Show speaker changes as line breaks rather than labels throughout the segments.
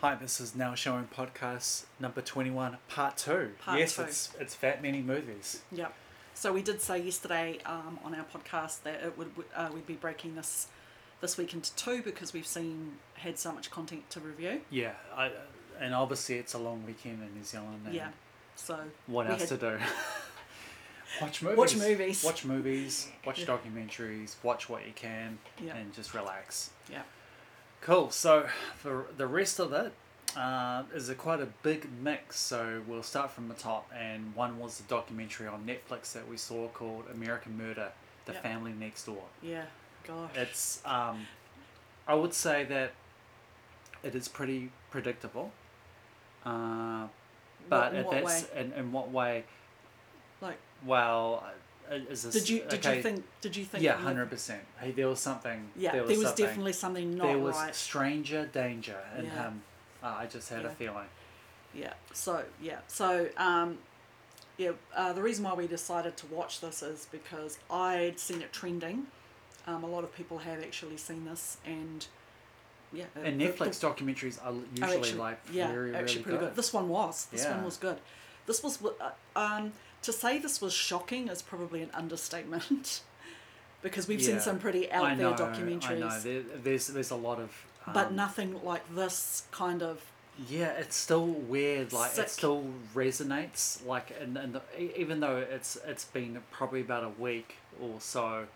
Hi, this is now showing podcast number 21, part two.
Part
yes,
two.
it's it's Fat Many Movies.
Yep. So we did say yesterday um, on our podcast that it would uh, we'd be breaking this this week into two because we've seen had so much content to review.
Yeah, I, and obviously it's a long weekend in New Zealand. And
Yeah. So
What
we
else
had-
to do? watch movies.
Watch movies.
Watch movies, watch
Yeah.
documentaries, watch what you can,
Yeah.
and just relax.
yeah.
Cool. So for the rest of it uh, is a quite a big mix. So we'll start from the top, and one was the documentary on Netflix that we saw called American Murder: The
Yep.
Family Next Door.
Yeah. Gosh.
It's um, I would say that it is pretty predictable. Uh, but
What- in
if
what
that's
way?
in, in what way?
like
Well, uh, is this?
did you did
okay,
you think did you think
Yeah,
that-
hundred percent. Hey, there was something.
Yeah,
there
there
was,
was,
something.
definitely something not
there was
right.
stranger danger in
Yeah.
him. Uh, I just had a
Yeah.
feeling.
Yeah. So yeah. So um, yeah. Uh, the reason why we decided to watch this is because I'd seen it trending. Um, a lot of people have actually seen this, and yeah. it-
And
the-
Netflix documentaries are
the- are
usually like very, really
actually pretty
good.
good. This one was. This
Yeah.
one was good. This was uh, um, to say this was shocking is probably an understatement, because we've
Yeah.
seen some pretty out
I
there
know,
documentaries,
I know. There, there's there's a lot of. Um,
but nothing like this kind of
Yeah, it's still weird. Like
Sick.
it still resonates. Like and, and the, e- even though it's it's been probably about a week or so,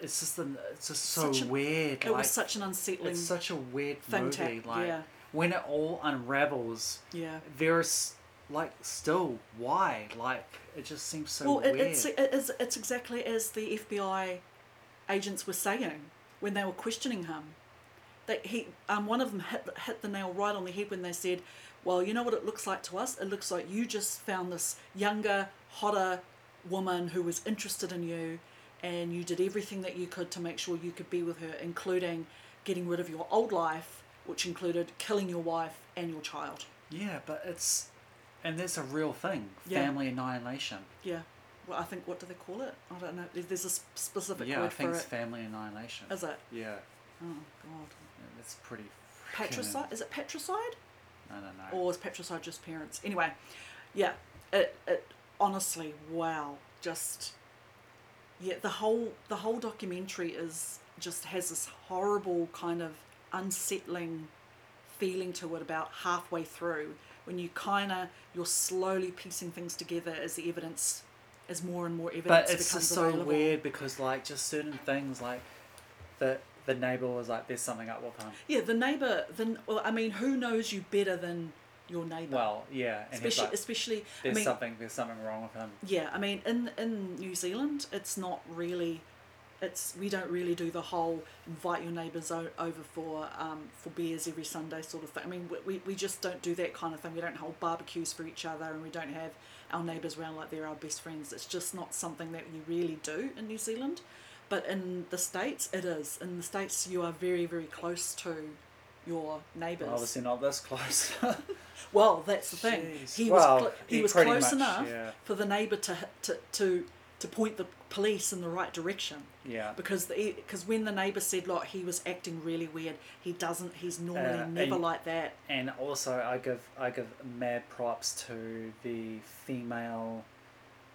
it's just an, it's just so
Such an-
weird.
it
like
was such an unsettling.
it's such a weird
thing to-
movie. like
yeah.
when it all unravels,
yeah.
there's like still why like it just seems so
Well, it,
weird.
it's it is it's exactly as the FBI agents were saying when they were questioning him. That he, um, one of them hit the- hit the nail right on the head when they said, "Well, you know what it looks like to us. It looks like you just found this younger, hotter woman who was interested in you, and you did everything that you could to make sure you could be with her, including getting rid of your old life, which included killing your wife and your child."
yeah, but it's and there's a real thing.
Yeah.
Family annihilation.
Yeah. Well, I think what do they call it? I don't know. There- There's a s- specific
Yeah, I
word
think
for
it's
it.
family annihilation.
Is it?
Yeah,
Oh God.
it's pretty. freaking-
Patricide? Is it patricide?
I don't know.
Or is patricide just parents? Anyway, yeah. It it honestly, wow. Just yeah. The whole the whole documentary is just has this horrible kind of unsettling feeling to it about halfway through when you kind of you're slowly piecing things together as the evidence as more and more evidence
but it's
becomes
just so
available.
weird because like just certain things like the the neighbor was like there's something up with him
Yeah, the neighbor. Then, well, I mean, who knows you better than your neighbor?
well yeah and he's
especially,
like
especially. I
there's
mean,
something there's something wrong with him
yeah, I mean, in in New Zealand, it's not really. It's we don't really do the whole invite your neighbours o- over for um, for beers every Sunday sort of thing. I mean, we- we, we just don't do that kind of thing. We don't hold barbecues for each other, and we don't have our neighbours round like they're our best friends. It's just not something that you really do in New Zealand, but in the states it is. In the states, you are very very close to your neighbours.
obviously not this close
Well, that's the thing.
Jeez.
He was
Well,
cl- he,
he
was
pretty
close
much,
enough
yeah.
for the neighbour to, to to to point the police in the right direction.
yeah
Because the because when the neighbour said, "Look, he was acting really weird. He doesn't. He's normally
Uh,
never
and-
like that."
and also i give i give mad props to the female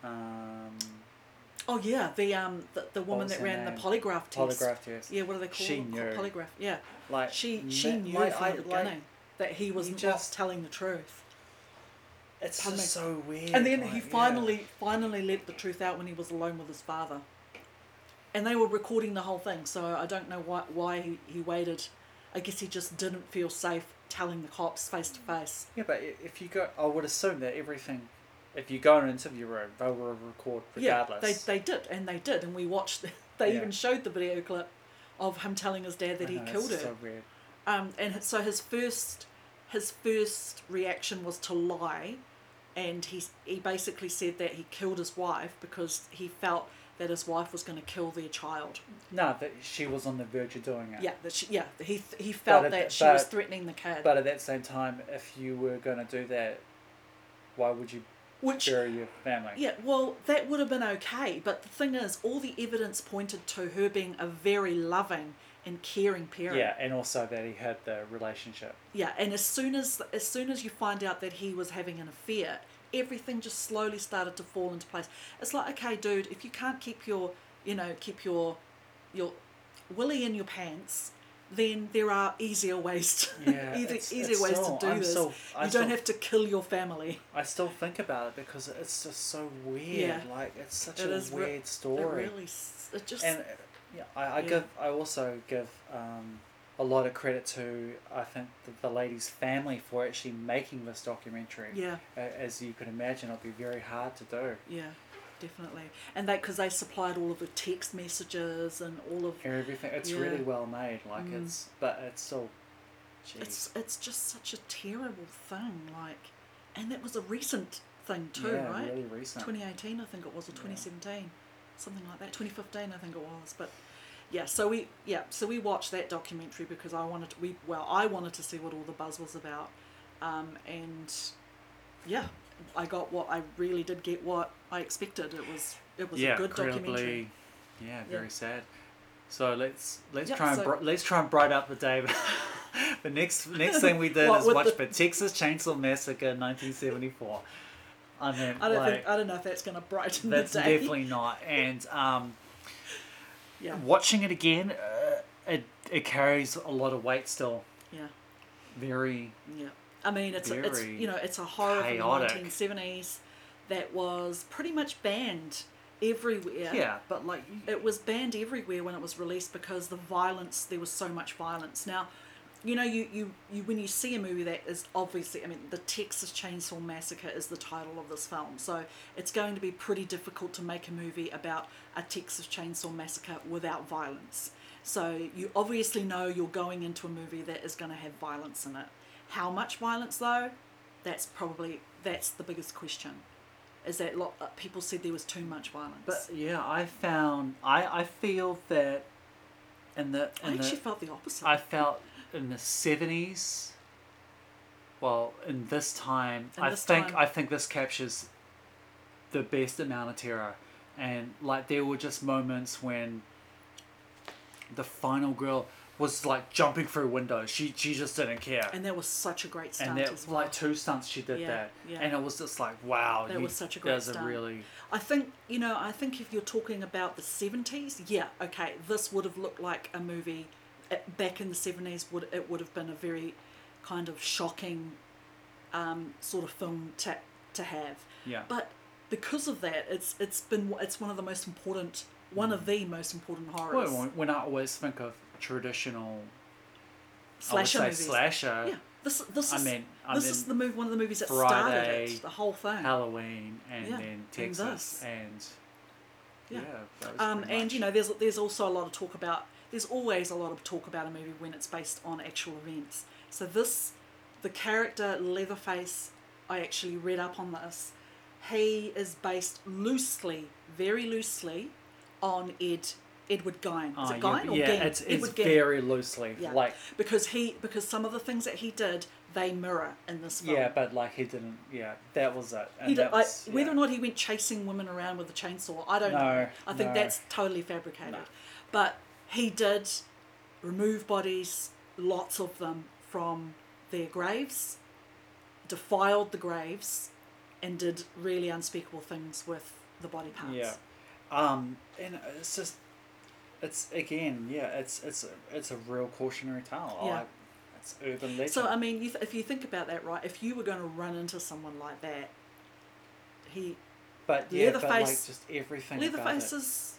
um
Oh yeah, the um the, the woman
was
that
her
ran
name?
the polygraph test.
polygraph test
Yeah, what do they call
She
it?
knew.
Polygraph. Yeah,
like
she
ma-
she knew
like,
from
I-
the
like,
beginning that he was not
just-
telling the truth.
it's
Pardon
just
me.
so weird
and then
like,
he
yeah.
finally finally let the truth out when he was alone with his father and they were recording the whole thing so i don't know why why he, he waited i guess he just didn't feel safe telling the cops face to face
Yeah, but i- if you go, I would assume that everything, if you go in an interview room, they will record
yeah
regardless.
they, they did and they did and we watched they
Yeah.
even showed the video clip of him telling his dad that
I
he
know, it's
killed her
So weird.
um, and so his first his first reaction was to lie and he he basically said that he killed his wife because he felt that his wife was going to kill their child
No, that she was on the verge of doing it.
yeah that she, yeah he th- he felt
at
that
the-
she was
but-
threatening the kid
But at that same time, if you were going to do that, why would you
which
bury your family?
yeah well that would have been okay but the thing is all the evidence pointed to her being a very loving and caring parent.
Yeah, and also that he had the relationship.
Yeah, and as soon as as soon as you find out that he was having an affair, everything just slowly started to fall into place. It's like, okay, dude, if you can't keep your, you know, keep your your willy in your pants, then there are easier ways to,
Yeah,
easy,
it's-
easier
it's
ways
still-
to do
I'm
this.
still- I
you
still-
don't have to kill your family.
I still think about it because it's just so weird.
Yeah.
Like it's such
It
a
is re-
weird story.
It really, s- it just
and uh, yeah, I, I
Yeah.
give I also give um, a lot of credit to I think the, the lady's family for actually making this documentary.
yeah,
A- As you can imagine, it'll be very hard to do.
yeah, definitely. And they because they supplied all of the text messages and all of
Everything it's
Yeah.
really well made. Like
Mm.
it's but it's still. Geez.
it's it's just such a terrible thing. Like, and that was a recent thing too,
yeah,
right?
really recent.
2018, I think it was, or
Yeah.
2017, something like that. 2015, I think it was. But yeah, so we yeah, so we watched that documentary because I wanted to, we well, I wanted to see what all the buzz was about, um, and yeah, I got what I really did get what I expected. It was it was
yeah,
a good documentary.
incredibly. Yeah, very sad. So let's let's
Yeah,
try and
so-
bri- let's try and brighten up the day. the next next thing we did
What,
is
with
watch
the-
the... Texas Chainsaw Massacre 1974. I mean,
I don't
like,
think I don't know if that's going to brighten
that's
the day.
definitely not. And um,
yeah,
watching it again, uh, it it carries a lot of weight still.
yeah.
Very
Yeah, I mean it's a, it's
Very
you know it's a horror
chaotic.
from the 1970s that was pretty much banned everywhere.
yeah, but like you-
it was banned everywhere when it was released because the violence there was so much violence. Now, you know you you, you when you see a movie that is obviously I mean the Texas Chainsaw Massacre is the title of this film, so it's going to be pretty difficult to make a movie about a Texas Chainsaw Massacre without violence. So you obviously know you're going into a movie that is going to have violence in it. How much violence though? That's probably that's the biggest question. Is that lot, uh, people said there was too much violence?
but yeah, I found I I feel that in the
I
in the,
actually felt the opposite.
I felt in the seventies. Well, in this time,
In
I
this
think
time.
I think this captures the best amount of terror, and like there were just moments when the final girl was like jumping through windows. She she just didn't care,
and that was such a great stunt
and that
as well.
like two stunts she did
Yeah,
that,
yeah.
and it was just like wow.
That
you-
was such a great
That was
stunt.
a really
I think you know. I think if you're talking about the seventies, yeah, okay, this would have looked like a movie uh, back in the seventies. Would it would have been a very kind of shocking um, sort of film to to have.
yeah.
But because of that, it's it's been it's one of the most important, one of the most important horrors.
Mm. Well, when I always think of traditional,
slasher
I would say
movies.
slasher,
Yeah, this this
I
is
mean- I
this
mean
is the movie. One of the movies that started
Friday,
it, the whole thing.
Halloween and
Yeah,
then
and
Texas
this.
and yeah,
Yeah.
that was
Um,
pretty
and
much-
you know, there's there's also a lot of talk about. There's always a lot of talk about a movie when it's based on actual events. So this, the character Leatherface, I actually read up on this. He is based loosely, very loosely, on Ed Edward Gein. Is
Ah,
it Gein
yeah,
or
yeah,
Gein?
it's, it's
Edward Gein.
very loosely
Yeah.
like
because he because some of the things that he did they mirror in this film.
yeah, but like he didn't yeah that was it. And
He did,
that was,
I, whether
yeah.
or not he went chasing women around with a chainsaw, I don't
No,
know. I think
no.
that's totally fabricated.
No.
But he did remove bodies, lots of them, from their graves, defiled the graves, and did really unspeakable things with the body parts.
yeah, um, and it's just it's again yeah it's it's a- it's a real cautionary tale.
Yeah.
Like, it's urban legend.
So um, I mean, you th- if you think about that, right? If you were going to run into someone like that, he
but yeah, but like
Leatherface-
just everything. about
Leatherface
it.
is.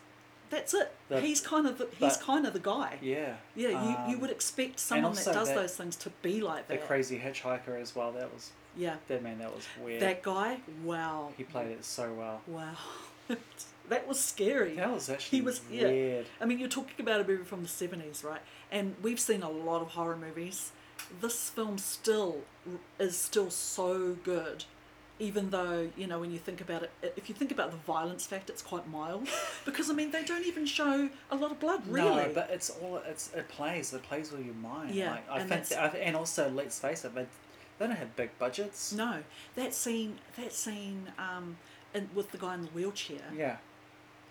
That's it.
The-
he's kind of the, he's
but-
kind of the guy.
yeah
Yeah, you, you
um,
would expect someone that
also
does
that-
those things to be like
the
that.
crazy hitchhiker as well. That was
yeah.
that man. That was weird.
That guy, wow.
he played it so well.
Wow. that was scary.
That was actually
was- yeah.
weird.
I mean, you're talking about a movie from the 70s, right? And we've seen a lot of horror movies. This film still is still so good, even though, you know, when you think about it, if you think about the violence fact, it's quite mild. because, I mean, they don't even show a lot of blood, really.
No, but it's all it's it plays. It plays with your mind.
Yeah,
like, I
and
think,
that's-
I, and also let's face it, they, they don't have big budgets.
No, that scene, that scene, um, and with the guy in the wheelchair,
Yeah,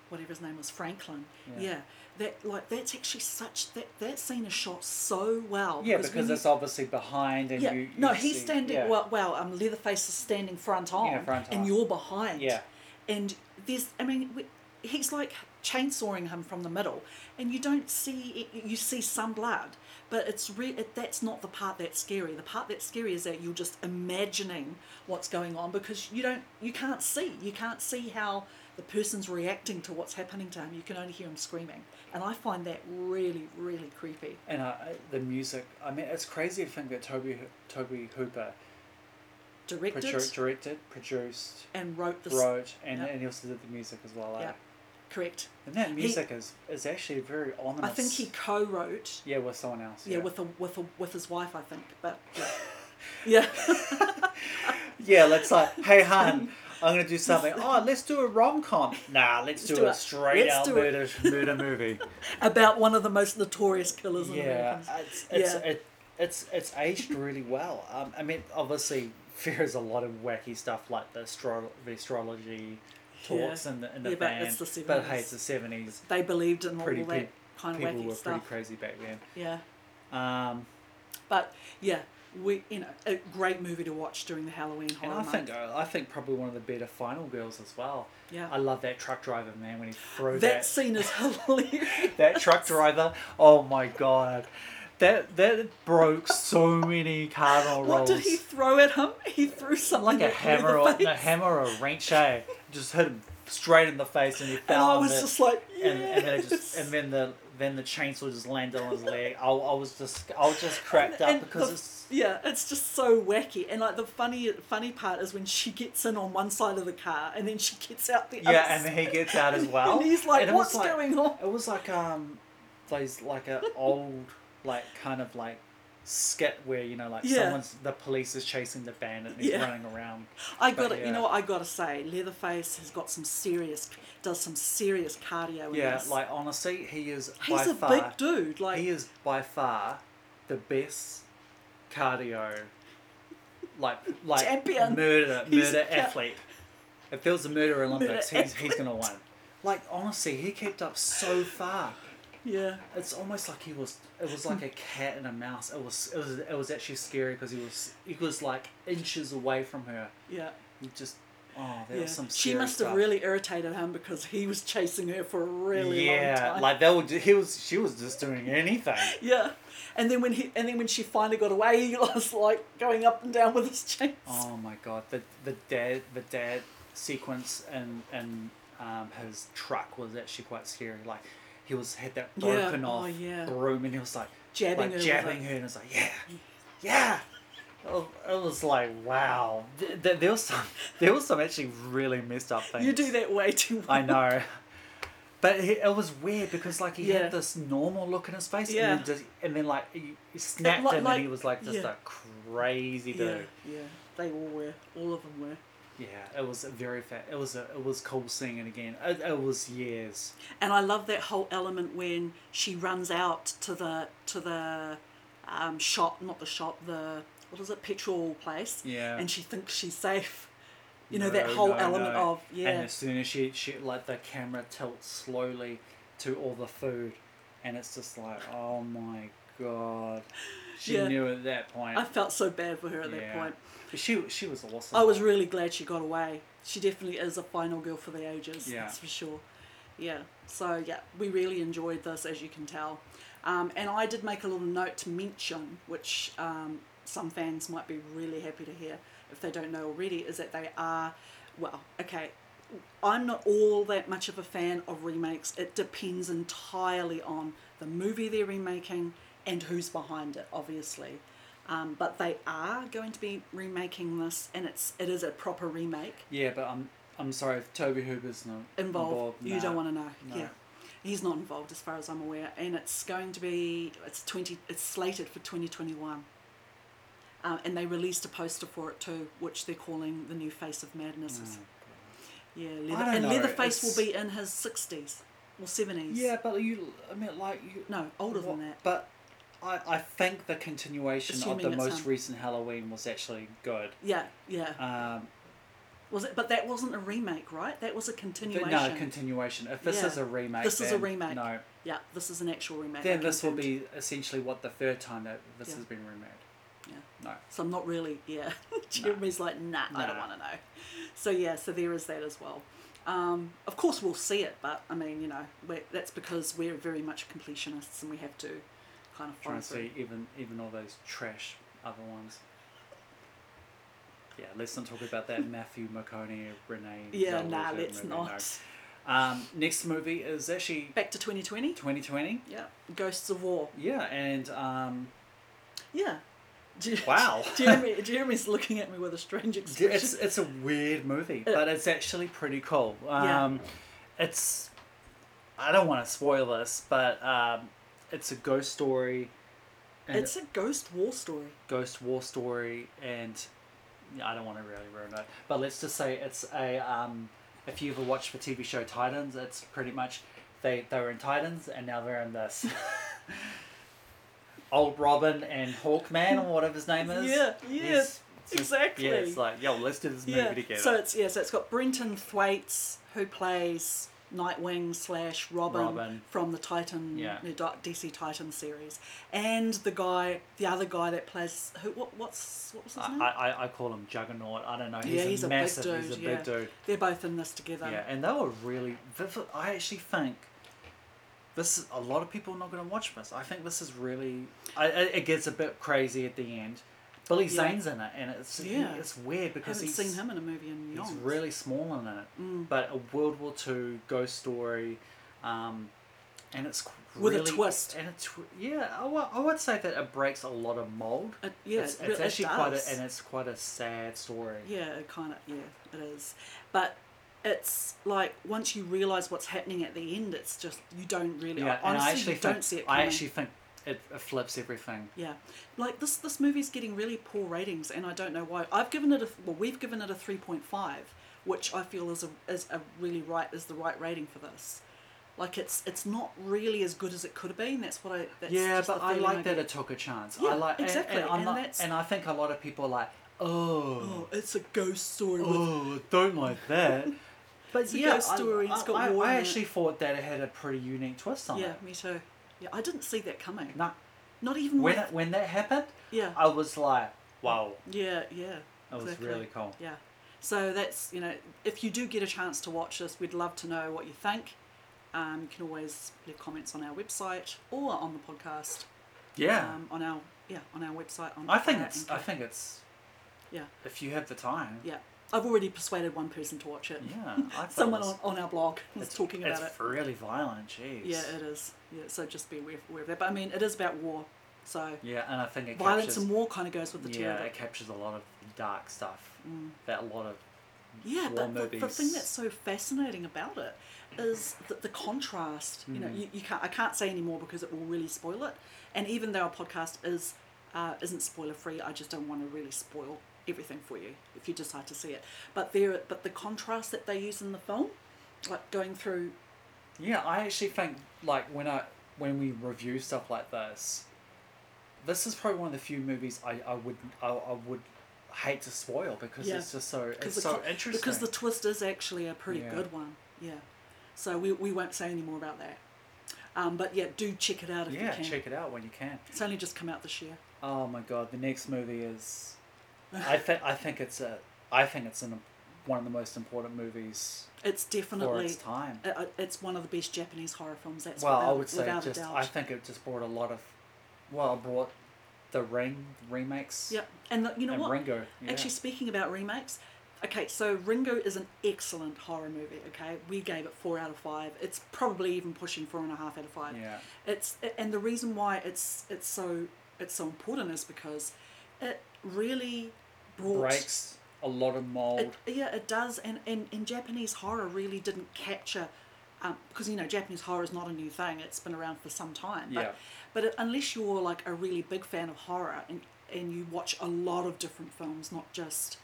whatever his name was, Franklin.
Yeah.
Yeah, that like that's actually such that that scene is shot so well.
Yeah, because
when
it's obviously behind and
you, yeah,
you, you
no, he's
see-
standing.
yeah.
Well, well, um, Leatherface is standing front on,
front on.
and you're behind.
Yeah.
and there's, I mean, we- he's like chainsawing him from the middle, and you don't see. You see some blood, but it's re- it, that's not the part that's scary. The part that's scary is that you're just imagining what's going on because you don't, you can't see. You can't see how the person's reacting to what's happening to him. You can only hear him screaming, and I find that really, really creepy.
and uh, the music. I mean, it's crazy to think that Toby Toby Hooper
Directed
produ- directed, produced,
and wrote the s-
wrote, and,
yeah.
and he also did the music as well. eh?
Yeah. correct.
And that
He-
music is, is actually very ominous.
I think he co-wrote.
Yeah, with someone else.
Yeah, with a with a with his wife, I think. But yeah,
Yeah, let's like, hey, hun, I'm gonna do something. Oh, let's do a rom com. Nah, let's, do,
do
a
it.
straight
Let's
out
do it.
murder, murder movie.
about one of the most notorious killers in
yeah,
America.
it's it's,
Yeah.
It, it's it's aged really well. Um, I mean, obviously, there is a lot of wacky stuff like the, astro- the astrology talks
Yeah.
in the in the
Yeah, but
band.
it's the
But hey,
70s.
it's the seventies.
They believed in all
Pretty
that
peop-
kind of
People
wacky
were pretty
stuff.
crazy back then.
Yeah,
Um,
but yeah, we you know a great movie to watch during the Halloween
and
horror
I
month.
think I think probably one of the better final girls as well.
Yeah.
I love that truck driver man when he threw
that,
that
scene is hilarious.
that truck driver. Oh my god, that that broke so many cardinal rolls.
What did he throw at him? He threw something
like a
at
hammer
Leatherface.
or a hammer or a wrench, eh? Just hit him straight in the face, and he
And
fell.
I
on
was
the-
just like, yes.
and, and then it just and then the then the chainsaw just landed on his leg. I, I was just I was just cracked up
And
because
the-
it's
yeah, it's just so wacky. And like the funny funny part is when she gets in on one side of the car and then she gets out the
yeah,
other.
and
side.
he gets out as well.
And he's like,
it was
"What's going on?"
It was like um, those like a old like kind of like skit where you know like
Yeah.
someone's the police is chasing the bandit and he's
Yeah.
running around.
I got
but
to You know
yeah.
what I got to say? Leatherface has got some serious does some serious cardio. In
Yeah,
this.
like honestly, he is
he's
by
a
far
big dude. Like
he is by far the best cardio like like
Champion.
murder
He's-
murder
yeah.
athlete. If there was a murder Olympics, he's, he's
athlete.
gonna win. Like honestly, he kept up so far.
yeah,
It's almost like he was. It was like a cat and a mouse. It was. It was. It was actually scary because he was. He was like inches away from her.
yeah.
He just. Oh, there
Yeah.
was some.
She
scary
must have
stuff.
really irritated him because he was chasing her for a really
yeah,
long time.
like they were. ju- He was. She was just doing anything.
yeah, and then when he and then when she finally got away, he was like going up and down with his chains.
Oh my god, the the dad the dad sequence and and um, his truck was actually quite scary. Like he was had that
Yeah,
broken
oh
off
yeah.
broom and he was like
Jabbing
like,
her with
jabbing
it.
her and it's like yeah, yeah. Oh, It was like wow. Th- th- there was some there was some actually really messed up things.
You do that way too much.
I know. But he, it was weird because like he
Yeah.
had this normal look in his face,
Yeah.
and, then just, and then like he, he snapped
like-
him,
like-
and he was like just
yeah.
a crazy dude.
Yeah, yeah. They all were. All of them were.
Yeah, it was a very fat. It was a, it was cool seeing it again. It, it was years.
And I love that whole element when she runs out to the to the um, shop, not the shop, the what is it, petrol place.
Yeah.
And she thinks she's safe. You know that whole element of yeah.
And as soon as she, she like the camera tilts slowly to all the food, and it's just like, oh my god, she
Yeah.
knew at that point.
I felt so bad for her at that
Yeah.
point.
But she she was awesome.
I was really glad she got away. She definitely is a final girl for the ages.
Yeah.
That's for sure. Yeah. So yeah, we really enjoyed this, as you can tell. Um, and I did make a little note to mention, which um, some fans might be really happy to hear if they don't know already, is that they are, well, okay. I'm not all that much of a fan of remakes. It depends entirely on the movie they're remaking and who's behind it, obviously. Um, but they are going to be remaking this, and it's it is a proper remake
Yeah, but I'm I'm sorry if Toby Hooper's not
involved. you
nah.
don't want to know.
No.
Yeah, he's not involved as far as I'm aware, and it's going to be it's twenty it's slated for 2021. Um, and they released a poster for it too, which they're calling the new face of madness.
Oh,
Yeah, leather,
don't
and
know,
Leatherface will
it's-
be in his sixties or seventies.
Yeah, but you I mean like you
no, older than
Well,
that.
But I, I think the continuation
Assuming
of the
it's
most
him.
recent Halloween was actually good.
Yeah, yeah,
Um,
Was it? But that wasn't a remake, right? That was a continuation.
No, continuation. If this
Yeah.
is a remake,
This is a
then
remake.
No,
Yeah, this is an actual remake.
then
I
this will
confirmed.
be essentially what the third time that this
Yeah.
has been remade.
Yeah.
No.
So I'm not really, yeah. Jeremy's like, nah, I don't
Nah.
want to know. So yeah, so there is that as well. Um, of course, we'll see it, but I mean, you know, we're, that's because we're very much completionists and we have to kind of follow
Trying to
through.
see even even all those trash other ones. Yeah, let's not talk about that Matthew McConaughey, Renee.
Yeah,
Zellweger
nah, let's
movie, no.
not.
Um, next movie is actually
Back to 2020.
2020.
Yeah, Ghosts of War.
Yeah, and um,
Yeah. Jer-
Wow.
Jeremy, Jeremy's looking at me with a strange expression.
it's it's a weird movie,
Uh,
but it's actually pretty cool. Um, It's I don't want to spoil this, but um, it's a ghost story. And
It's a ghost war story.
ghost war story and yeah, I don't want to really ruin it, but let's just say it's a um, if you ever watched the TV show Titans, it's pretty much they they were in Titans and now they're in this. Old Robin and Hawkman or whatever his name is.
Yeah, yeah,
He's just-
exactly.
Yeah, it's like yo, let's do this movie
Yeah.
together.
So it's yeah, so it's got Brenton Thwaites who plays Nightwing slash Robin,
Robin.
from the Titan,
Yeah.
the Di- DC Titan series, and the guy, the other guy that plays who what what's what was his
I,
name?
I I- I call him Juggernaut. I don't know. He's
yeah,
a
he's a
massive.
big dude.
he's a
yeah.
big dude.
They're both in this together.
Yeah, and they were really. th- I actually think this. Is, a lot of people are not going to watch this. I think this is really. I, I- it gets a bit crazy at the end. Billy
Yeah.
Zane's in it, and it's
Yeah.
it's weird
I
because
haven't
he's
seen him in a movie in
he's
years.
really small in it.
Mm.
But a World War Two ghost story, um, and it's qu-
With a
really-
twist.
And it's yeah, I wa- I would say that it breaks a lot of mold.
It- yeah,
it's,
it re-
it's
it
actually quite
does.
a, and it's quite a sad story.
Yeah, it kind of. Yeah, it is. But it's like once you realise what's happening at the end, it's just you don't really.
Yeah,
honestly,
and I actually
you
think
don't see it coming.
I actually think it, it flips everything.
Yeah, like this this movie's getting really poor ratings, and I don't know why. I've given it a well, we've given it a three point five, which I feel is a is a really right is the right rating for this. Like it's it's not really as good as it could have been. That's what I. That's
yeah,
just
but
the
I
feeling
like that
get.
it took a chance.
Yeah,
I like and-
exactly,
and, I'm
and
not-
that's-
and I think a lot of people are like, oh,
Oh, it's a ghost story.
oh,
with-
I don't like that. But
a
yeah,
ghost story,
I,
it's got
I, I-
war
I
in it.
actually thought that it had a pretty unique twist on
yeah,
it.
me too. Yeah, I didn't see that coming.
No,
Not even
when
with-
it, when that happened,
Yeah.
I was like, wow,
Yeah, yeah.
That was really cool.
Yeah. So that's, you know, if you do get a chance to watch this, we'd love to know what you think. Um, you can always leave comments on our website or on the podcast.
yeah.
Um, on our yeah, on our website. On
I think
uh,
it's
Anchor.
I think it's
yeah,
if you have the time.
yeah. I've already persuaded one person to watch it.
Yeah, I thought it
Someone
was-
on, on our blog was
It's
talking about it.
It's really violent. Jeez.
Yeah, it is. Yeah, so just be aware, aware of that. But I mean, it is about war, so
Yeah, and I think it
violence
captures,
and war kind of Mm. goes with the two.
yeah, it captures a lot of dark stuff that a lot of
Yeah,
war
but the, the thing
movies.
that's so fascinating about it is the, the contrast. You
Mm.
know, you, you can't I can't say any more because it will really spoil it. And even though our podcast is uh, isn't spoiler free, I just don't want to really spoil everything for you if you decide to see it. But there, but the contrast that they use in the film, like going through,
Yeah, I actually think like when I when we review stuff like this, this is probably one of the few movies I, I would I, I would hate to spoil because
Yeah.
it's just so
'cause
it's
the
so
co-
interesting.
because the twist is actually a pretty
Yeah.
good one. Yeah, so we, we won't say any more about that. Um, but yeah, do check it out if
yeah,
you can.
check it out when you can.
It's only just come out this year.
Oh my god, the next movie is, I think I think it's a I think it's an, one of the most important movies
It's
for
definitely
its time.
Uh, it's one of the best Japanese horror films. That's
well,
without,
I would say
without
just
a doubt.
I think it just brought a lot of, well, it brought, the Ring remakes.
Yep, and the, you know
And
what?
Ringo. yeah.
Actually, speaking about remakes, okay, so Ringo is an excellent horror movie. Okay, we gave it four out of five. It's probably even pushing four and a half out of five.
Yeah.
It's and the reason why it's it's so it's so important is because it really brought
breaks a lot of mold.
It, yeah, it does, and, and, and Japanese horror really didn't capture, um, because you know Japanese horror is not a new thing; it's been around for some time. But,
Yeah.
but it, unless you're like a really big fan of horror and and you watch a lot of different films, not just,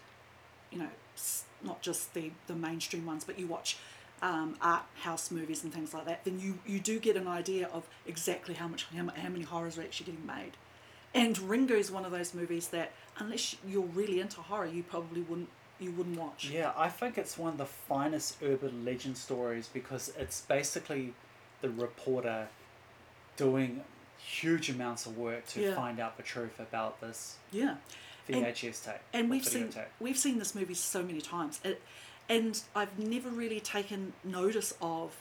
you know, s- not just the the mainstream ones, but you watch. Um, art house movies and things like that, then you, you do get an idea of exactly how much how, mu- how many horrors are actually getting made. And Ringo's one of those movies that, unless you're really into horror, you probably wouldn't you wouldn't watch.
Yeah, I think it's one of the finest urban legend stories because it's basically the reporter doing huge amounts of work to
Yeah.
find out the truth about this
Yeah. And-
VHS tape.
and
or
we've
video
seen
tape.
we've seen this movie so many times, it, and I've never really taken notice of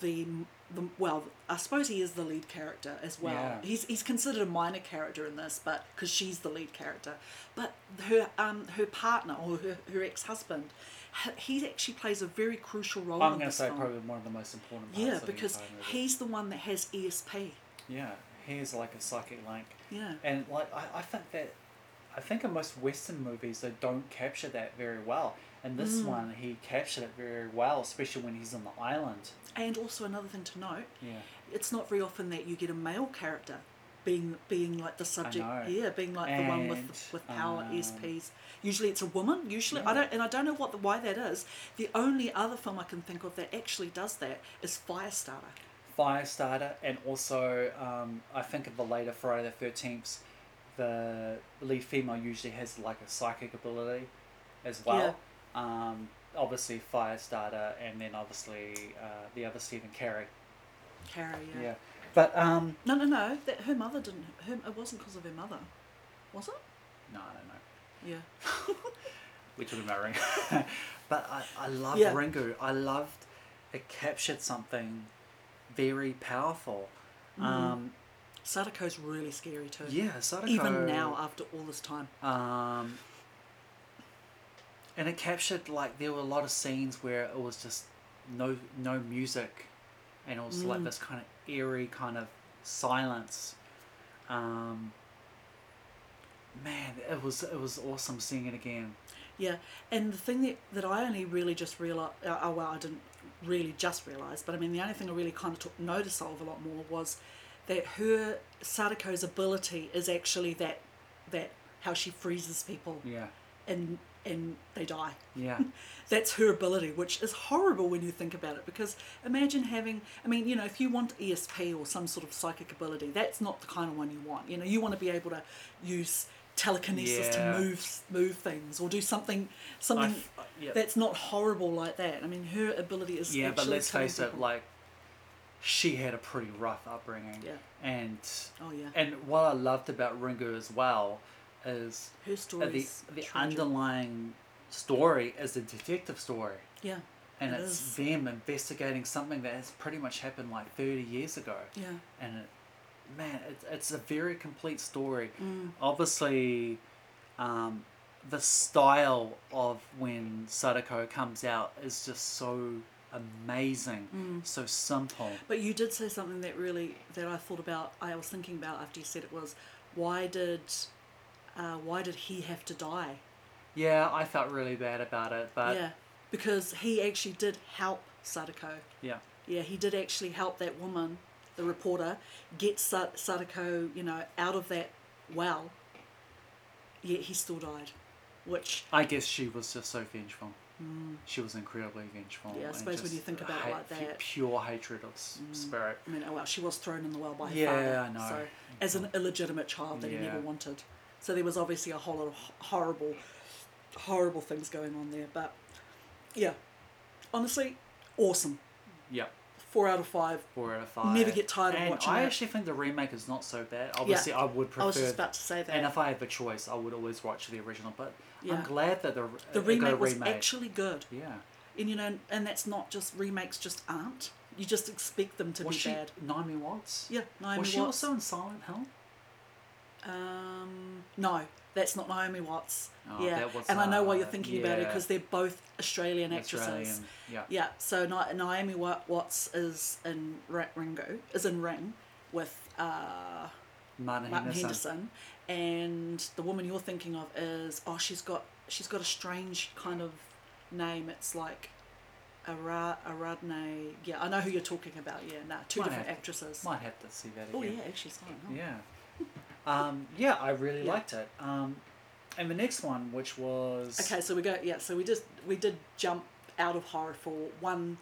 the the well. I suppose he is the lead character as well.
Yeah.
He's he's considered a minor character in this, but because she's the lead character, but her um her partner or her, her ex husband, he actually plays a very crucial role.
I'm
in
going to
this
say
film.
probably one of the most important parts
yeah,
of the
because
entire movie.
he's the one that has E ESP.
Yeah, he is like a psychic link.
Yeah,
And like I, I think that I think in most Western movies they don't capture that very well. And this
Mm.
one he captured it very well, especially when he's on the island.
and also another thing to note
Yeah.
it's not very often that you get a male character being being like the subject
know.
yeah being like the one
And,
with with power
um,
SPs usually it's a woman usually I
Yeah.
don't and I don't know what the, why that is the only other film I can think of that actually does that is Firestarter
Firestarter and also um, I think of the later Friday the thirteenth the lead female usually has like a psychic ability as well. Um, obviously Firestarter and then obviously uh, the other Stephen Carey.
Carrie yeah.
Yeah. But um
no no no that her mother didn't her, it wasn't because of her mother was it
no I don't know.
yeah
We're talking about Ringo. but I, I love
Yeah.
Ringo. I loved it captured something very powerful.
Mm-hmm.
Um,
Sadako's really scary too
yeah, Sadako.
even now after all this time
Um, and it captured like there were a lot of scenes where it was just no no music, and it was
Mm.
like this kind of eerie kind of silence. Um, man, it was it was awesome seeing it again.
Yeah, and the thing that, that I only really just realised, uh, oh well, I didn't really just realise, but I mean, the only thing I really kind of took notice of a lot more was that her, Sadako's ability is actually that, that how she freezes people
Yeah,
and, and they die.
yeah,
That's her ability, which is horrible when you think about it. Because imagine having, I mean, you know, if you want ESP or some sort of psychic ability, that's not the kind of one you want. You know, you want to be able to use telekinesis
Yeah.
to move move things or do something something
I- uh, yeah.
that's not horrible like that. I mean, her ability is
yeah. But
actually
let's
killing
face it,
people.
like she had a pretty rough upbringing.
Yeah.
and
oh yeah,
and what I loved about Ringo as well is
her
Uh,
story
the
is
the
tragic.
underlying story is a detective story,
yeah
and
It
it's
is.
them investigating something that has pretty much happened like thirty years ago.
yeah
And it, man, it's it's a very complete story.
Mm.
Obviously, um, the style of when Sadako comes out is just so amazing,
Mm.
so simple.
But you did say something that really that I thought about. I was thinking about after you said it was, why did, uh, why did he have to die?
Yeah, I felt really bad about it, but
yeah, because he actually did help Sadako.
yeah.
Yeah, he did actually help that woman, the reporter, get Sa- Sadako, you know, out of that well. Yet he still died, which
I guess she was just so vengeful. She was incredibly vengeful.
Mm. Yeah, I
and
suppose when
just
you think about it
hate-
like that.
Pure hatred of s- spirit.
I mean, oh well, she was thrown in the well by her
Yeah,
father.
I know. Mm-hmm.
So, as an illegitimate child that he
Yeah.
never wanted. So there was obviously a whole lot of h- horrible, horrible things going on there. But yeah, honestly, awesome.
Yeah.
Four out of five.
Four out of five.
Never get tired of
and
watching
I
it.
actually think the remake is not so bad. Obviously, I would prefer.
I was just about to say that.
And if I had the choice, I would always watch the original. But
Yeah.
I'm glad that the
the
it got
remake
a
was
remake.
actually good.
yeah.
And you know, and that's not just remakes just aren't. You just expect them to
Was
be
she
bad.
Naomi Watts?
Yeah, Naomi
was she
Watts.
also in Silent Hill?
Um, no, that's not Naomi Watts.
Oh,
yeah,
that was,
and I know why
uh,
you're thinking about it
yeah.
because they're both Australian actresses.
Australian. Yeah.
Yeah, so Na- Naomi Wa- Watts is in Ra- Ringo, is in Ring with uh,
Martin,
Martin
Henderson.
Henderson, and the woman you're thinking of is oh she's got she's got a strange kind of name. It's like Ara- Aradne. Yeah, I know who you're talking about. Yeah, nah, two
Might
different
have-
actresses.
Might have to see that again.
Oh yeah, actually, it's fine. huh?
Yeah. Um, yeah, I really
Yeah.
liked it. Um, and the next one, which was
Okay, so we go. Yeah, so we just we did jump out of horror for one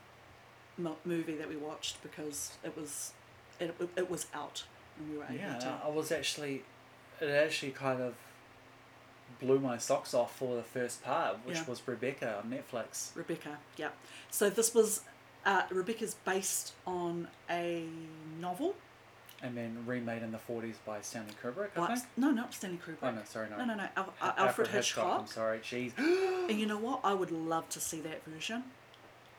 mo- movie that we watched because it was it, it was out and we were able
yeah,
to.
I was actually it actually kind of blew my socks off for the first part, which
Yeah.
was Rebecca on Netflix.
Rebecca, yeah. So this was uh, Rebecca's based on a novel.
and then remade in the 40s by Stanley Kubrick, I
by-
think.
no, not Stanley Kubrick.
Oh, no, sorry, no.
no, no, no. Al- Al- Alfred Hitchcock.
I'm sorry, jeez.
And you know what? I would love to see that version,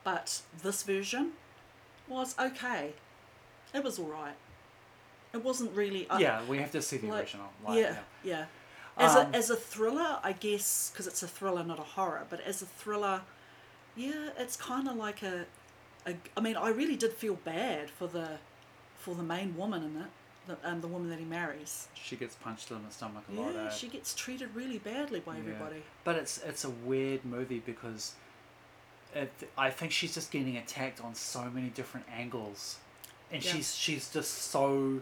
but this version was okay. It was all right. It wasn't really. I-
yeah, we have to see the
Uh, like-
original. Like,
yeah, yeah. As
Um,
a as a thriller, I guess, because it's a thriller, not a horror. But as a thriller, yeah, it's kind of like a, a. I mean, I really did feel bad for the, for the main woman in it, the, um, the woman that he marries.
She gets punched in the stomach a lot.
Yeah,
eh?
she gets treated really badly by
Yeah.
everybody.
But it's it's a weird movie because it, I think she's just getting attacked on so many different angles, and
Yeah.
she's she's just so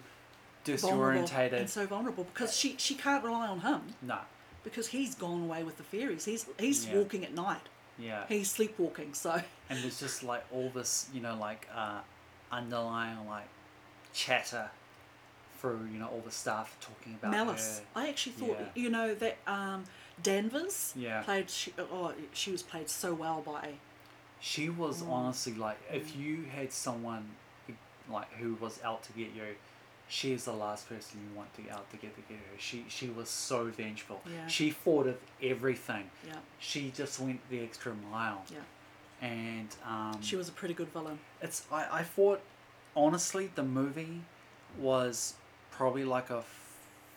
Vulnerable
disorientated.
and so vulnerable because she she can't rely on him
nah,
because he's gone away with the fairies. He's he's
Yeah.
walking at night.
yeah.
He's sleepwalking. So
and there's just like all this, you know, like uh, underlying like chatter through, you know, all the staff talking about
malice.
her.
I actually thought
Yeah.
you know that um, Danvers
Yeah.
played. She, oh, she was played so well by.
She was
Mm.
honestly like, if you had someone who, like who was out to get you, she is the last person you want to out to get to get her. She she was so vengeful.
Yeah.
She fought of everything.
Yeah,
She just went the extra mile,
yeah.
and um,
She was a pretty good villain.
It's I, I thought honestly the movie was probably like a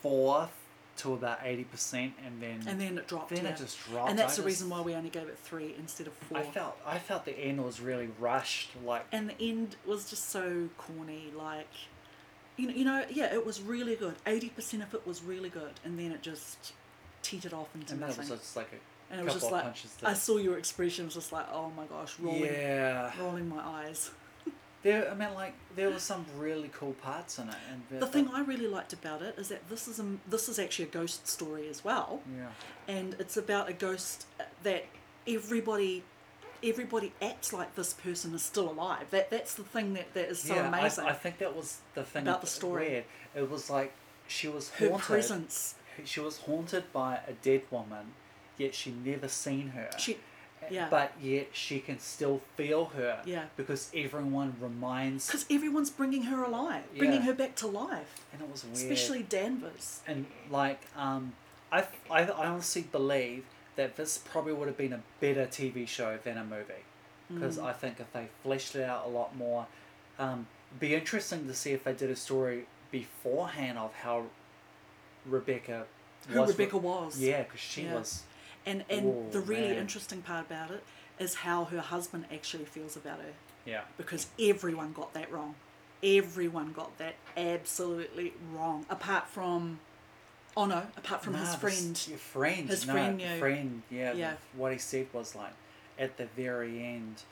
fourth to about eighty percent, and then
And then it dropped.
Mm. then
yeah.
it just dropped.
and that's
I
the reason
just-
why we only gave it three instead of four.
I felt I felt the end was really rushed. Like
and the end was just so corny. Like, you know, you know, yeah, it was really good. Eighty percent of it was really good, and then it just teetered off into
and that
nothing.
was just like a
and
couple
it was just
of
like
punches. to-
I saw your expression. It was just like, oh my gosh, rolling,
yeah.
rolling my eyes.
There, I mean, like there were some really cool parts in it, and
The thing I really liked about it is that this is a, this is actually a ghost story as well,
yeah,
and it's about a ghost uh, that everybody everybody acts like this person is still alive. That that's the thing that, that is so
yeah, I-
amazing.
I, think that was the thing
About the story.
Weird. It was like she was
Her
haunted.
presence,
She was haunted by a dead woman, yet she never seen her.
she, yeah.
But yet she can still feel her.
Yeah.
Because everyone reminds,
because everyone's bringing her alive, bringing
Yeah.
her back to life,
and it was weird.
especially Danvers.
and like um, I, I I honestly believe that this probably would have been a better TV show than a movie,
Hmm.
because I think if they fleshed it out a lot more, um, it'd be interesting to see if they did a story beforehand of how Rebecca.
Who
was
Rebecca was.
Yeah, because she
Yeah.
was
And and
Oh,
the really
man.
interesting part about it is how her husband actually feels about her.
yeah.
because everyone got that wrong. Everyone got that absolutely wrong, apart from, oh no, apart from
Nah,
his
this-
friend.
Your friend.
His
no,
friend
the
knew.
friend, yeah. the-
Yeah.
what he said was like, at the very end,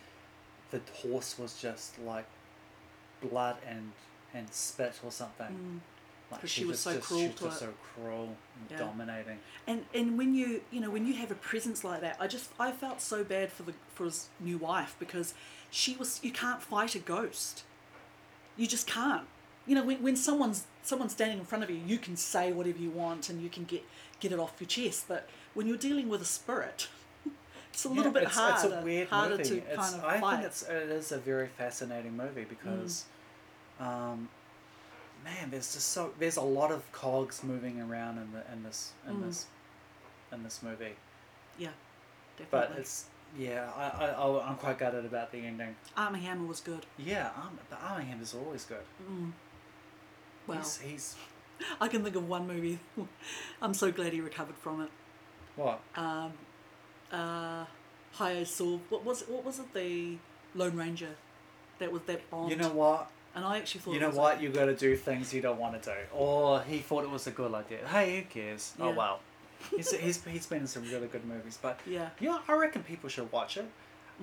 the horse was just like blood and and spit or something. Like
Mm. 'Cause she was so cruel
she was
to
just
it.
so cruel and
Yeah.
dominating.
And and when you you know when you have a presence like that, I just I felt so bad for the for his new wife because she was you can't fight a ghost. You just can't. You know when, when someone's someone's standing in front of you, you can say whatever you want and you can get get it off your chest. But when you're dealing with a spirit, it's a little
Yeah,
bit
it's,
harder
It's a weird
harder
movie.
to
It's-
kind of
I
fight.
think it's it is a very fascinating movie because,
Mm.
um, man, there's just so there's a lot of cogs moving around in the in this in
Mm.
this in this movie.
yeah,
But
definitely.
it's yeah, I, I I'll- I'm quite gutted about the ending.
Army Hammer was good.
Yeah, um, but Armingham is always good.
Well,
He's, he's
I can think of one movie. I'm so glad he recovered from it.
what?
Uh, Hayao saw what was what was it? The Lone Ranger. That was that Bond.
you know what?
and I actually thought.
You
it
know
was
what? You got to do things you don't want to do. Or he thought it was a good idea. Hey, who cares? Oh
Yeah.
well. He's, he's, he's been in some really good movies, but
Yeah. Mm.
yeah, I reckon people should watch it.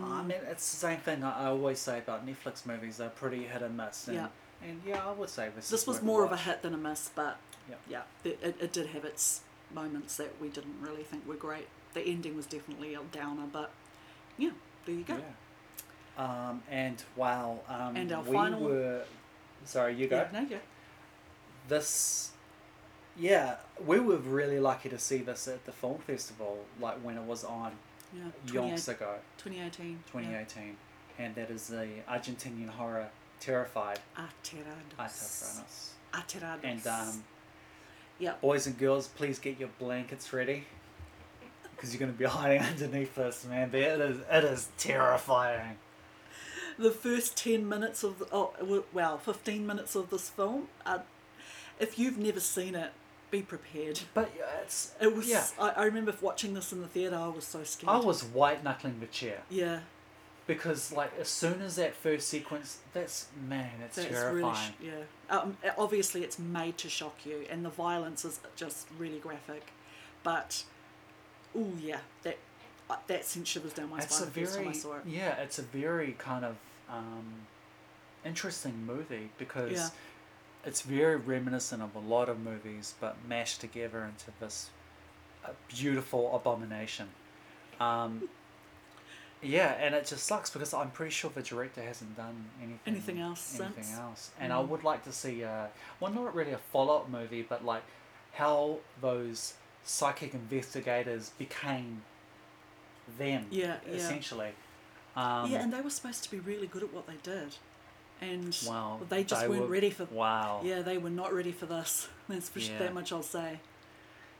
I mean, it's the same thing I, I always say about Netflix movies. They're pretty hit and miss. And,
Yeah.
And yeah, I would say this.
This
is
was
worth a
more of a
watch.
hit than a miss, but
Yeah.
yeah, it, it, it did have its moments that we didn't really think were great. The ending was definitely a downer, but yeah, there you go.
Yeah. Um, and wow. Um,
And our
we
final-
were. Sorry, you go.
Yeah, no, yeah.
This yeah, we were really lucky to see this at the film festival, like when it was on
Yeah, 28
yonks ago,
2018.
2018, and that is the Argentinian horror Terrified.
Yeah. Aterados.
Ataranos.
Aterados.
And um,
yeah,
boys and girls, please get your blankets ready. Because you're going to be hiding underneath this, man. There- It is, it is terrifying.
the first 10 minutes of, the, oh, w- well, 15 minutes of this film, uh, if you've never seen it, be prepared.
But yeah, it's.
It was,
Yeah.
I, I remember watching this in the theatre, I was so scared.
I was white knuckling the chair.
Yeah,
Because, like, as soon as that first sequence, that's. Man, that's,
that's
terrifying.
really, sh- yeah. Um, uh, obviously, it's made to shock you, and the violence is just really graphic. But, oh yeah, that uh, that sent shivers down my
it's a
spine the first
very.
time I saw it.
Yeah, it's a very kind of um, interesting movie because.
Yeah.
It's very reminiscent of a lot of movies, but mashed together into this uh, beautiful abomination. Um, yeah, and it just sucks because I'm pretty sure the director hasn't done anything
Anything else
anything
since? Mm.
else. And I would like to see, uh, well, not really a follow up movie, but like how those psychic investigators became them,
Yeah, yeah.
essentially. Um,
yeah, and they were supposed to be really good at what they did, and
wow,
they just weren't
were-
ready for.
Wow,
Yeah, they were not ready for this. That's for sh-
Yeah.
that much I'll say.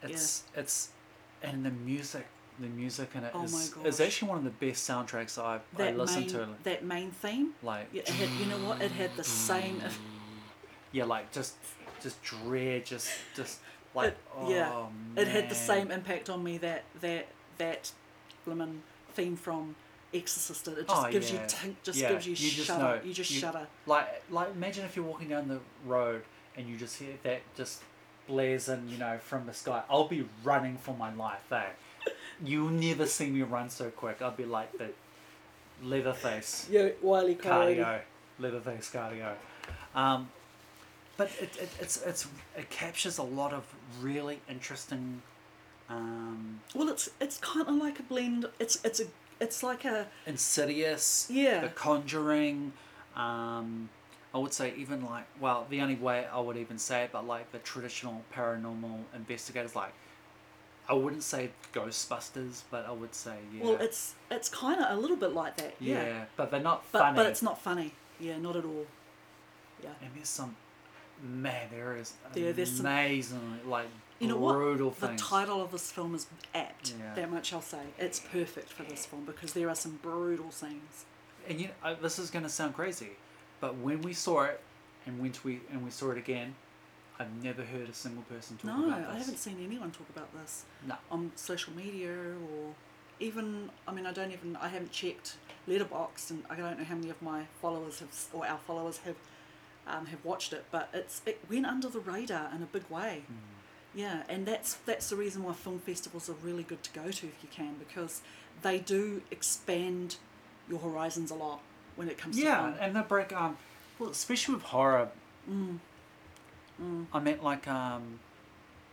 It's it's and the music the music in it is
Oh
is
my gosh.
actually one of the best soundtracks I've I
That
listened
main
to.
that main theme.
Like Mm,
Yeah, it had, you know what? It had the same.
yeah, like just just dread, just just like
it,
oh
yeah, it had the
man.
same impact on me that that that lemon theme from Exorcist. did. It just
Oh,
gives
yeah.
you tink, just
Yeah,
gives you,
you just
shudder.
know.
You just
You-
shudder.
Like like imagine if you're walking down the road and you just hear that just blazing, you know, from the sky. I'll be running for my life, eh? You'll never see me run so quick. I'll be like the Leatherface.
Yeah, Wiley
cardio, Leatherface cardio. Um, but it, it, it's it's it captures a lot of really interesting. Um,
Well, it's it's kind of like a blend. It's it's a it's like a
Insidious,
Yeah.
The Conjuring. Um, I would say even like well, the only way I would even say it, but like the traditional paranormal investigators, like I wouldn't say Ghostbusters, but I would say yeah,
well, it's it's kind of a little bit like that.
yeah,
Yeah,
but they're not
but
funny.
but it's not funny. Yeah, not at all. Yeah.
And there's some, man, there is
There- there's some-
amazing, like
You know
brutal
what? The
things.
title of this film is apt.
Yeah.
That much I'll say. It's perfect for this film because there are some brutal scenes.
and you know, I- this is gonna sound crazy, but when we saw it, and when we and we saw it again, I've never heard a single person talk
No,
about this.
I haven't seen anyone talk about this
No,
on social media or even. I mean, I don't even. I haven't checked Letterboxd, and I don't know how many of my followers have or our followers have um, have watched it. But it's it went under the radar in a big way.
Hmm.
Yeah, and that's that's the reason why film festivals are really good to go to if you can because they do expand your horizons a lot when it comes to
yeah,
film.
and they break um, well, especially with horror.
Mm.
I meant like um,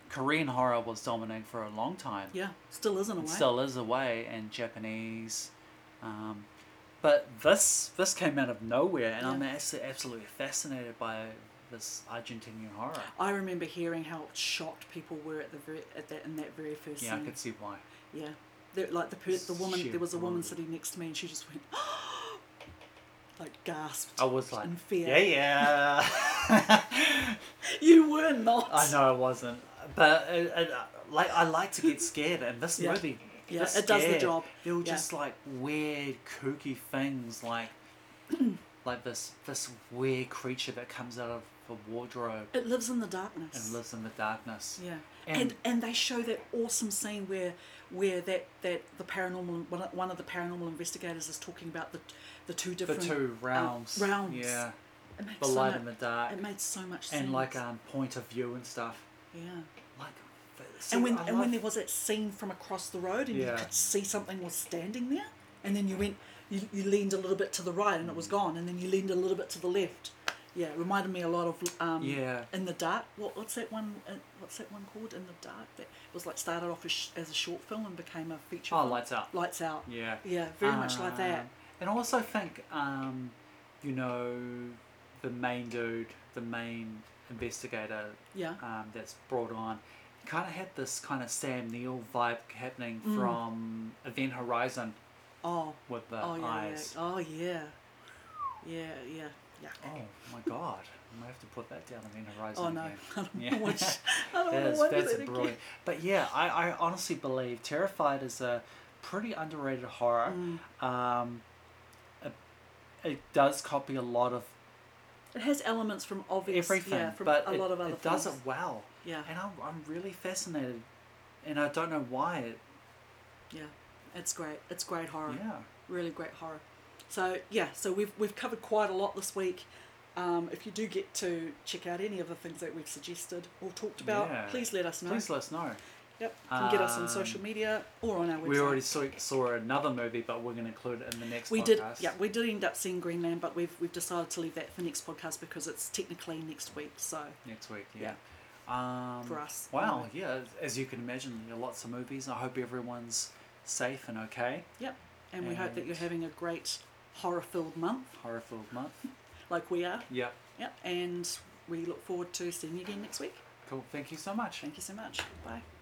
Korean horror was dominant for a long time.
Yeah, still is in a way.
still is away and Japanese. Um, but this this came out of nowhere, and I'm
Yeah.
actually absolutely fascinated by this Argentinian horror.
I remember hearing how shocked people were at the very, at that in that very first
Yeah, I
scene.
could see why.
Yeah, There- like the per- the woman.
Sheer
There was a woman
brutal.
sitting next to me, and she just went, like gasped.
I was like,
in fear.
yeah, yeah.
You were not.
I know I wasn't, but it, it, like I like to get scared, and this
Yeah.
movie,
Yeah,
this
it does the
scared,
job.
There were
Yeah.
just like weird, kooky things, like like this this weird creature that comes out of the wardrobe
It lives in the darkness.
and lives in the darkness.
Yeah.
And-
And, and they show that awesome scene where where that, that the paranormal one of- one of the paranormal investigators is talking about the the two
the
different
two
uh,
realms.
realms.
Yeah.
It makes
The
so
light
mu-
and the dark.
It made so much sense.
and like um, point of view and stuff.
yeah.
Like. th- see,
and when
I
and when
love-
there was that scene from across the road and
Yeah.
you could see something was standing there and then you went you, you leaned a little bit to the right and it was gone and then you leaned a little bit to the left yeah it reminded me a lot of um
Yeah.
in the dark what, what's that one uh, what's that one called in the dark that was like started off as, sh- as a short film and became a feature
Oh,
film.
Lights Out.
lights out
Yeah.
yeah very much like that
Um, And I also think, um, you know, the main dude, the main investigator
Yeah.
um, that's brought on kind of had this kind of Sam Neill vibe happening
Mm.
from Event Horizon
Oh.
with Uh, the
Oh yeah,
eyes.
yeah. Oh yeah. Yeah. Yeah. Yeah.
Oh my god! I might have to put that down Event Horizon.
Oh no.
again.
I don't
Yeah.
want to- I don't want
That's,
to watch
that's
that
a
again.
brilliant. But yeah, I, I honestly believe Terrified is a pretty underrated horror.
Mm.
Um, it, it does copy a lot of
It has elements from obvious,
everything,
yeah, from
but
a
it,
lot of other
it does it
things.
well.
Yeah.
And I'm, I'm really fascinated, and I don't know why. It,
Yeah, it's great. It's great horror.
yeah.
Really great horror. So yeah, so we've we've covered quite a lot this week. Um, if you do get to check out any of the things that we've suggested or talked about,
Yeah.
please let us know.
Please let us know.
Yep, you can get us on
Um,
social media or on our website.
We already saw, saw another movie, but we're going to include it in the next
We did,
podcast.
yeah, we did end up seeing Greenland, but we've we've decided to leave that for next podcast because it's technically next week. So
next week. Yeah. Um,
For us,
Wow.
anyway.
Yeah. As you can imagine, there are lots of movies. I hope everyone's safe and okay.
yep, and we hope that
And-
you're having a great horror-filled month,
Horror-filled month.
like we are.
Yep.
Yep, and we look forward to seeing you again next week.
Cool. Thank you so much.
Thank you so much. Bye.